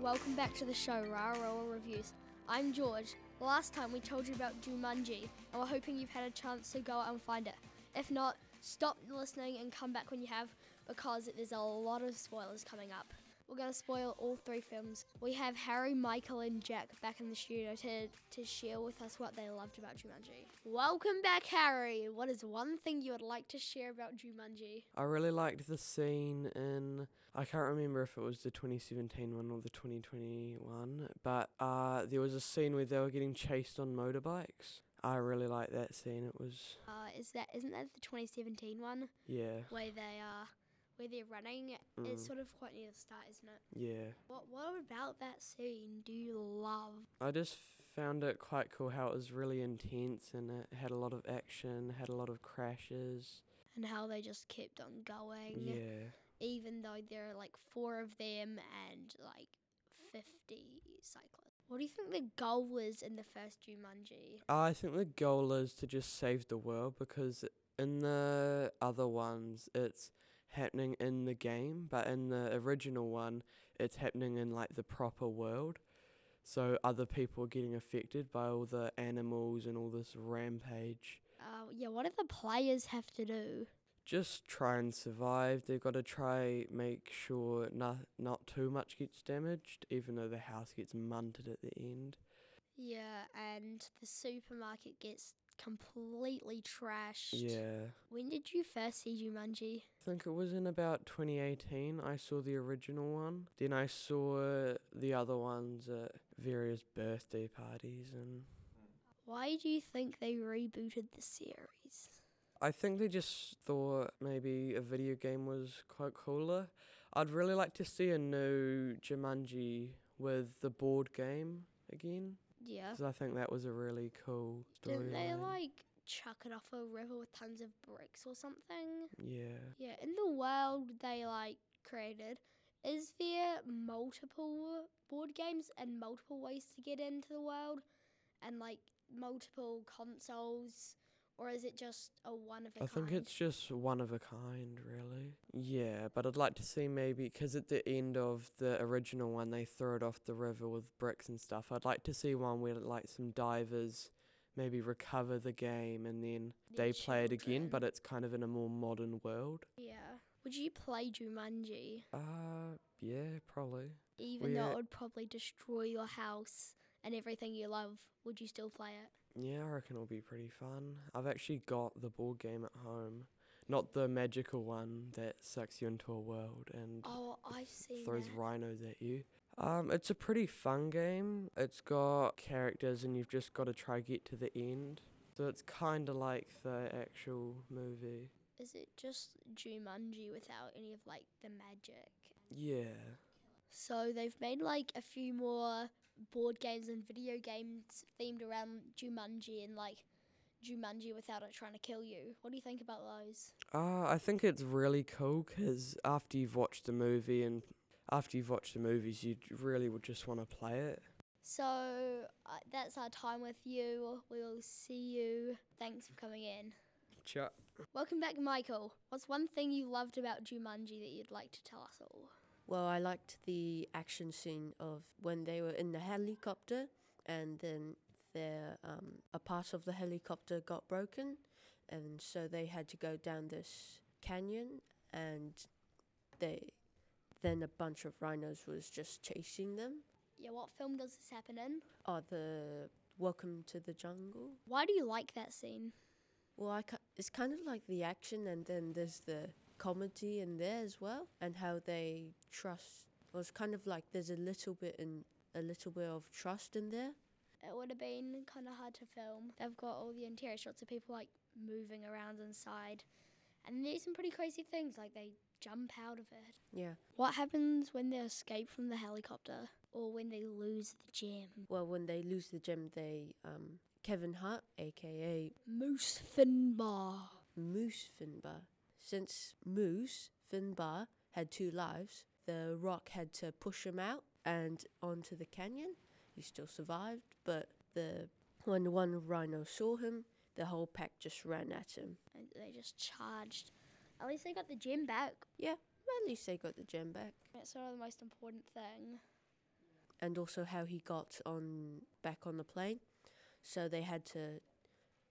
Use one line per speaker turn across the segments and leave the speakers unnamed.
welcome back to the show Rararoa Reviews. I'm George. Last time we told you about Jumanji, and we're hoping you've had a chance to go out and find it. If not, stop listening and come back when you have, because there's a lot of spoilers coming up. We're going to spoil all three films. We have Harry, Michael, and Jack back in the studio to, to share with us what they loved about Jumanji. Welcome back, Harry. What is one thing you would like to share about Jumanji?
I really liked the scene in I can't remember if it was the 2017 one or the 2021, but uh, there was a scene where they were getting chased on motorbikes. I really liked that scene. It was
Uh, is that isn't that the 2017 one?
yeah, mm,
where they are where they're running it's sort of quite near the start isn't it
yeah.
what what about that scene do you love
I just found it quite cool how it was really intense and it had a lot of action, had a lot of crashes.
and how they just kept on going
Yeah,
even though there are like four of them and like 50 cyclists what do you think the goal was in the first Jumanji?
I think the goal is to just save the world because in the other ones it's happening in the game, but in the original one it's happening in like the proper world. So other people are getting affected by all the animals and all this rampage.
Uh, yeah, what do the players have to do?
Just try and survive. They've got to try make sure not not too much gets damaged, even though the house gets munted at the end.
Yeah, and the supermarket gets completely trashed.
Yeah.
When did you first see Jumanji?
I think it was in about 2018 I saw the original one. Then I saw the other ones at various birthday parties and
Why do you think they rebooted the series?
I think they just thought maybe a video game was quite cooler. I'd really like to see a new Jumanji with the board game again
Yeah.
because I think that was a really cool
Didn't
story.
they like chuck it off a river with tons of bricks or something?
Yeah.
Yeah, in the world they like created, is there multiple board games and multiple ways to get into the world and like multiple consoles or is it just a one of a
I
kind?
think it's just one of a kind, really. Yeah, but I'd like to see maybe because at the end of the original one, they throw it off the river with bricks and stuff. I'd like to see one where like some divers maybe recover the game and then
Their
they play it again,
children.
but it's kind of in a more modern world.
Yeah. Would you play Jumanji?
Uh, yeah, probably.
Even
Well,
though
yeah.
it would probably destroy your house and everything you love, would you still play it?
Yeah, I reckon it'll be pretty fun. I've actually got the board game at home, not the magical one that sucks you into a world and
Oh, I've seen
throws
that.
rhinos at you. Um, it's a pretty fun game. It's got characters, and you've just got to try get to the end. So it's kind of like the actual movie.
Is it just Jumanji without any of like the magic?
Yeah,
So they've made like a few more board games and video games themed around Jumanji and like Jumanji without it trying to kill you. What do you think about those?
uh, I think it's really cool because after you've watched the movie and after you've watched the movies, you d- really would just want to play it.
So uh, that's our time with you. We will see you. Thanks for coming in.
Chuck.
Welcome back, Michael. What's one thing you loved about Jumanji that you'd like to tell us all?
Well, I liked the action scene of when they were in the helicopter and then their um, a part of the helicopter got broken and so they had to go down this canyon and they then a bunch of rhinos was just chasing them.
Yeah, what film does this happen in?
Or the Welcome to the Jungle.
Why do you like that scene?
Well, I ca- it's kind of like the action, and then there's the comedy in there as well, and how they trust. Well, it's kind of like there's a little bit in a little bit of trust in there.
It would have been kind of hard to film. They've got all the interior shots of people like moving around inside, and there's some pretty crazy things like they jump out of it.
Yeah.
What happens when they escape from the helicopter or when they lose the gem?
Well, when they lose the gem, they um, Kevin Hart, aka
Moose Finbar.
Moose Finbar. Since Moose Finbar had two lives, the rock had to push him out and onto the canyon. He still survived, but the when one rhino saw him, the whole pack just ran at him.
And they just charged. At least they got the gem back.
Yeah, at least they got the gem back.
That's sort of the most important thing.
and also how he got on back on the plane. So they had to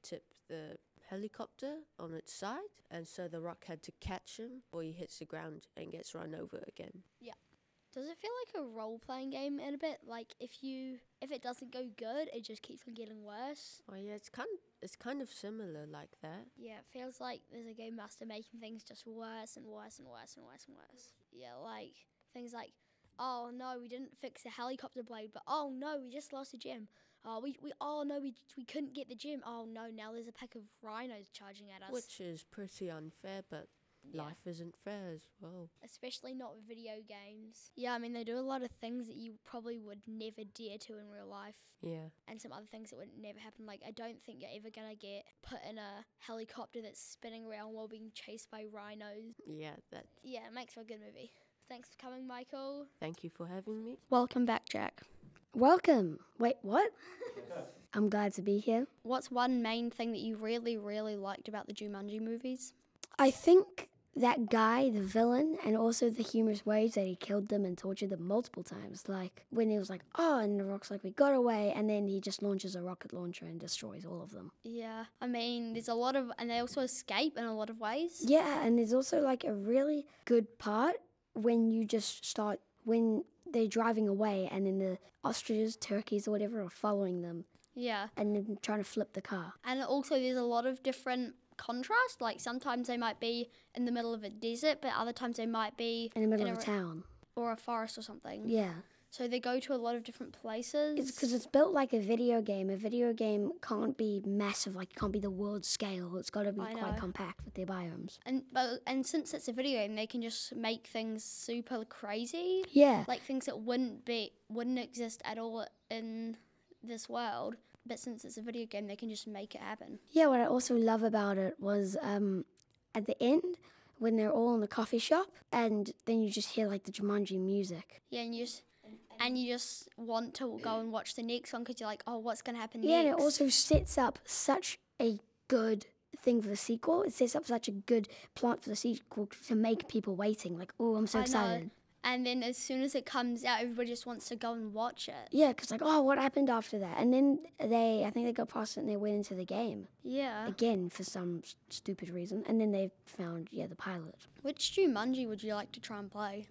tip the helicopter on its side, and so the rock had to catch him, or he hits the ground and gets run over again.
Does it feel like a role playing game in a bit? Like if you if it doesn't go good, it just keeps on getting worse.
Oh yeah, it's kind it's kind of similar like that.
Yeah, it feels like there's a game master making things just worse and worse and worse and worse and worse. Yeah, like things like, oh no, we didn't fix the helicopter blade, but oh no, we just lost the gym. Oh, we, we oh no, we we couldn't get the gym. Oh no, now there's a pack of rhinos charging at us.
Which is pretty unfair, but
Yeah.
life isn't fair as well.
especially not with video games. Yeah, I mean they do a lot of things that you probably would never dare to in real life,
Yeah.
and some other things that would never happen. Like I don't think you're ever gonna get put in a helicopter that's spinning around while being chased by rhinos.
Yeah, that
Yeah, it makes for a good movie. Thanks for coming, Michael.
thank you for having me.
Welcome back, Jack.
Welcome. Wait, what? I'm glad to be here.
What's one main thing that you really, really liked about the Jumanji movies?
I think that guy, the villain, and also the humorous ways that he killed them and tortured them multiple times. Like when he was like, oh, and the rock's like, we got away. And then he just launches a rocket launcher and destroys all of them.
Yeah, I mean, there's a lot of, and they also escape in a lot of ways.
Yeah, and there's also like a really good part when you just start when they're driving away and then the ostriches, turkeys, or whatever are following them
Yeah.
and then trying to flip the car.
And also, there's a lot of different contrast. Like sometimes they might be in the middle of a desert, but other times they might be
In the middle
In
of
a
a
re-
town.
or a forest or something.
Yeah.
So they go to a lot of different places.
It's because it's built like a video game. A video game can't be massive, like it can't be the world scale. It's got to be
I
quite
know.
compact with their biomes.
and but and since it's a video game, they can just make things super crazy,
Yeah,
like things that wouldn't be wouldn't exist at all in this world. But since it's a video game, they can just make it happen.
yeah. What I also love about it was um, at the end when they're all in the coffee shop, and then you just hear like the Jumanji music.
Yeah, and you just and you just want to go and watch the next one because you're like, oh, what's gonna happen
Yeah,
next?
and it also sets up such a good thing for the sequel. It sets up such a good plot for the sequel to make people waiting. Like, oh, I'm so
I know.
excited.
And then as soon as it comes out, everybody just wants to go and watch it.
Yeah, because like, oh, what happened after that? And then they, I think they got past it and they went into the game
Yeah.
again for some s- stupid reason. And then they found, yeah, the pilot.
Which Jumanji would you like to try and play?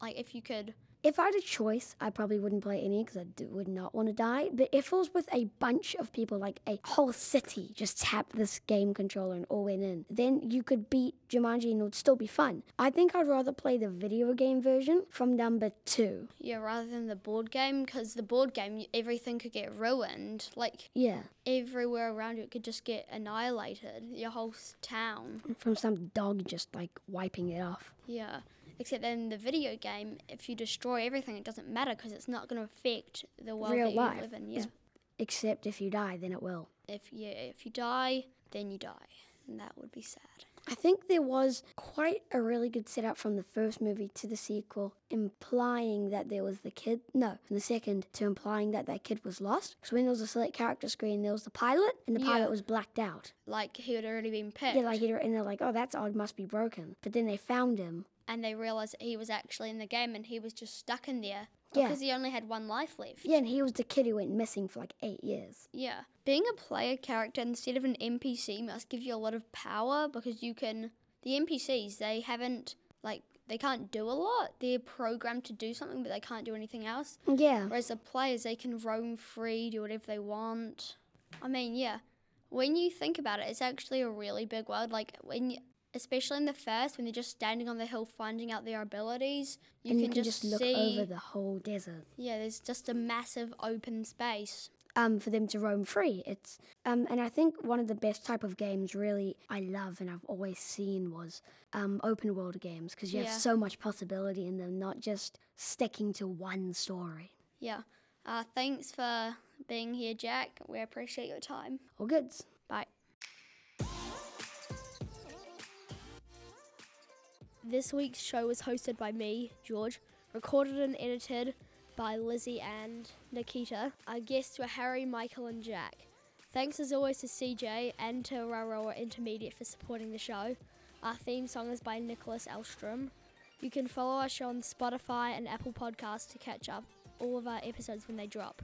Like, if you could.
If I had a choice, I probably wouldn't play any because I d- would not want to die. But if it was with a bunch of people, like a whole city, just tap this game controller and all went in, then you could beat Jumanji and it would still be fun. I think I'd rather play the video game version from number two.
Yeah, rather than the board game, because the board game, y- everything could get ruined. Like,
Yeah,
everywhere around you, it could just get annihilated. Your whole s- town.
from some dog just like wiping it off.
Yeah. Except then the video game, if you destroy everything, it doesn't matter because it's not going to affect the world
Real
that you
life
live in. Yeah.
is- Except if you die, then it will.
If you if you die, then you die, and that would be sad.
I think there was quite a really good setup from the first movie to the sequel, implying that there was the kid. No, from the second to implying that that kid was lost. Because when there was a select character screen, there was the pilot, and the
Yeah.
pilot was blacked out.
Like he had already been picked.
Yeah, like he'd- and they're like, oh, that's odd, must be broken. But then they found him.
and they realized that he was actually in the game and he was just stuck in there
Yeah.
because he only had one life left.
Yeah, and he was the kid who went missing for like eight years.
Yeah. Being a player character instead of an NPC must give you a lot of power because you can. The NPCs, they haven't, like, they can't do a lot. They're programmed to do something, but they can't do anything else.
Yeah,
Whereas the players, they can roam free, do whatever they want. I mean, yeah. When you think about it, it's actually a really big world. Like when, you, especially in the first, when they're just standing on the hill finding out their abilities, you,
and
can,
you can just, look
see.
over the whole desert.
yeah, there's just a massive open space.
um, for them to roam free. It's um, and I think one of the best type of games really I love and I've always seen was um, open world games because you
Yeah.
have so much possibility in them, not just sticking to one story.
Yeah. Uh, thanks for being here, Jack. We appreciate your time.
All goods.
Bye. This week's show was hosted by me, George, recorded and edited by Lizzie and Nikita. Our guests were Harry, Michael, and Jack. Thanks as always to CJ and to Raroa Intermediate for supporting the show. Our theme song is by Nicholas Elstrom. You can follow our show on Spotify and Apple Podcasts to catch up all of our episodes when they drop.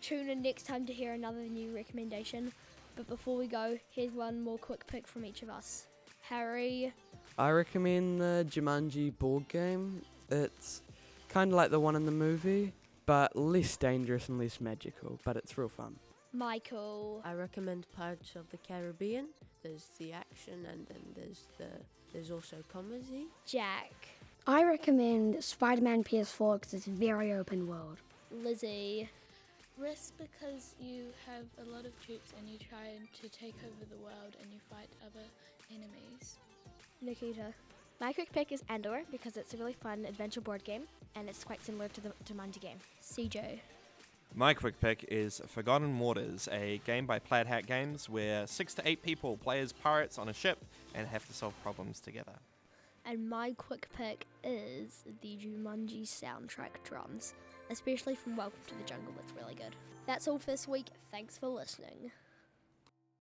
Tune in next time to hear another new recommendation. But before we go, here's one more quick pick from each of us. Harry,
I recommend the Jumanji board game. It's kind of like the one in the movie, but less dangerous and less magical, but it's real fun.
Michael,
I recommend Pirates of the Caribbean. There's the action and then there's the there's also comedy.
Jack,
I recommend Spider Man PS4 because it's very open world.
Lizzie,
Risk because you have a lot of troops and you try to take over the world and you fight other enemies.
Nikita.
My quick pick is Endor because it's a really fun adventure board game and it's quite similar to the Jumanji game.
CJ.
My quick pick is Forgotten Waters, a game by Plaid Hat Games where six to eight people play as pirates on a ship and have to solve problems together.
And my quick pick is the Jumanji soundtrack drums, especially from Welcome to the Jungle. It's really good. That's all for this week. Thanks for listening.